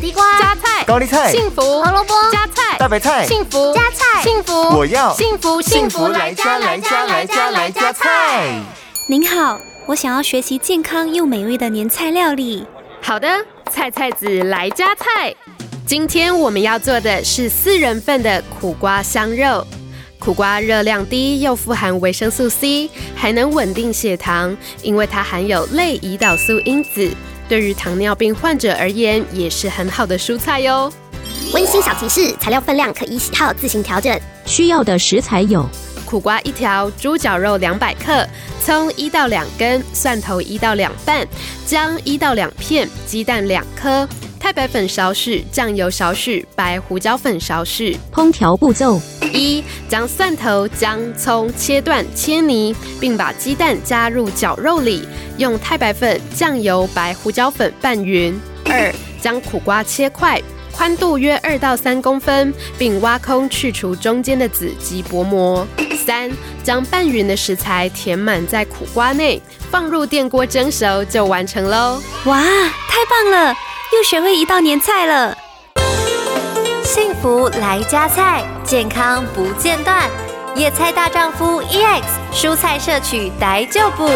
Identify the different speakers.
Speaker 1: 地瓜、
Speaker 2: 加菜、
Speaker 3: 高丽菜、
Speaker 2: 幸福、
Speaker 1: 胡萝卜、
Speaker 2: 加菜、
Speaker 3: 大白菜、
Speaker 2: 幸福、
Speaker 1: 加菜
Speaker 2: 幸福，
Speaker 3: 我要
Speaker 2: 幸福
Speaker 3: 幸福来家来家来家来家菜。
Speaker 4: 您好，我想要学习健康又美味的年菜料理。
Speaker 2: 好的，菜菜子来加菜。今天我们要做的是四人份的苦瓜香肉。苦瓜热量低，又富含维生素 C，还能稳定血糖，因为它含有类胰岛素因子，对于糖尿病患者而言也是很好的蔬菜哟。
Speaker 1: 温馨小提示：材料分量可依喜好自行调整。
Speaker 5: 需要的食材有
Speaker 2: 苦瓜一条，猪脚肉两百克，葱一到两根，蒜头一到两瓣，姜一到两片，鸡蛋两颗，太白粉少许，酱油少许，白胡椒粉少许。
Speaker 5: 烹调步骤，
Speaker 2: 一，将蒜头、姜、葱切断切泥，并把鸡蛋加入绞肉里，用太白粉、酱油、白胡椒粉拌匀。二，将苦瓜切块，宽度约二到三公分，并挖空去除中间的籽及薄膜。三，将拌匀的食材填满在苦瓜内，放入电锅蒸熟就完成喽。
Speaker 4: 哇，太棒了，又学会一道年菜了。
Speaker 6: 幸福来加菜，健康，E 不间断。野菜大丈夫 EX，蔬菜摄取逮就补。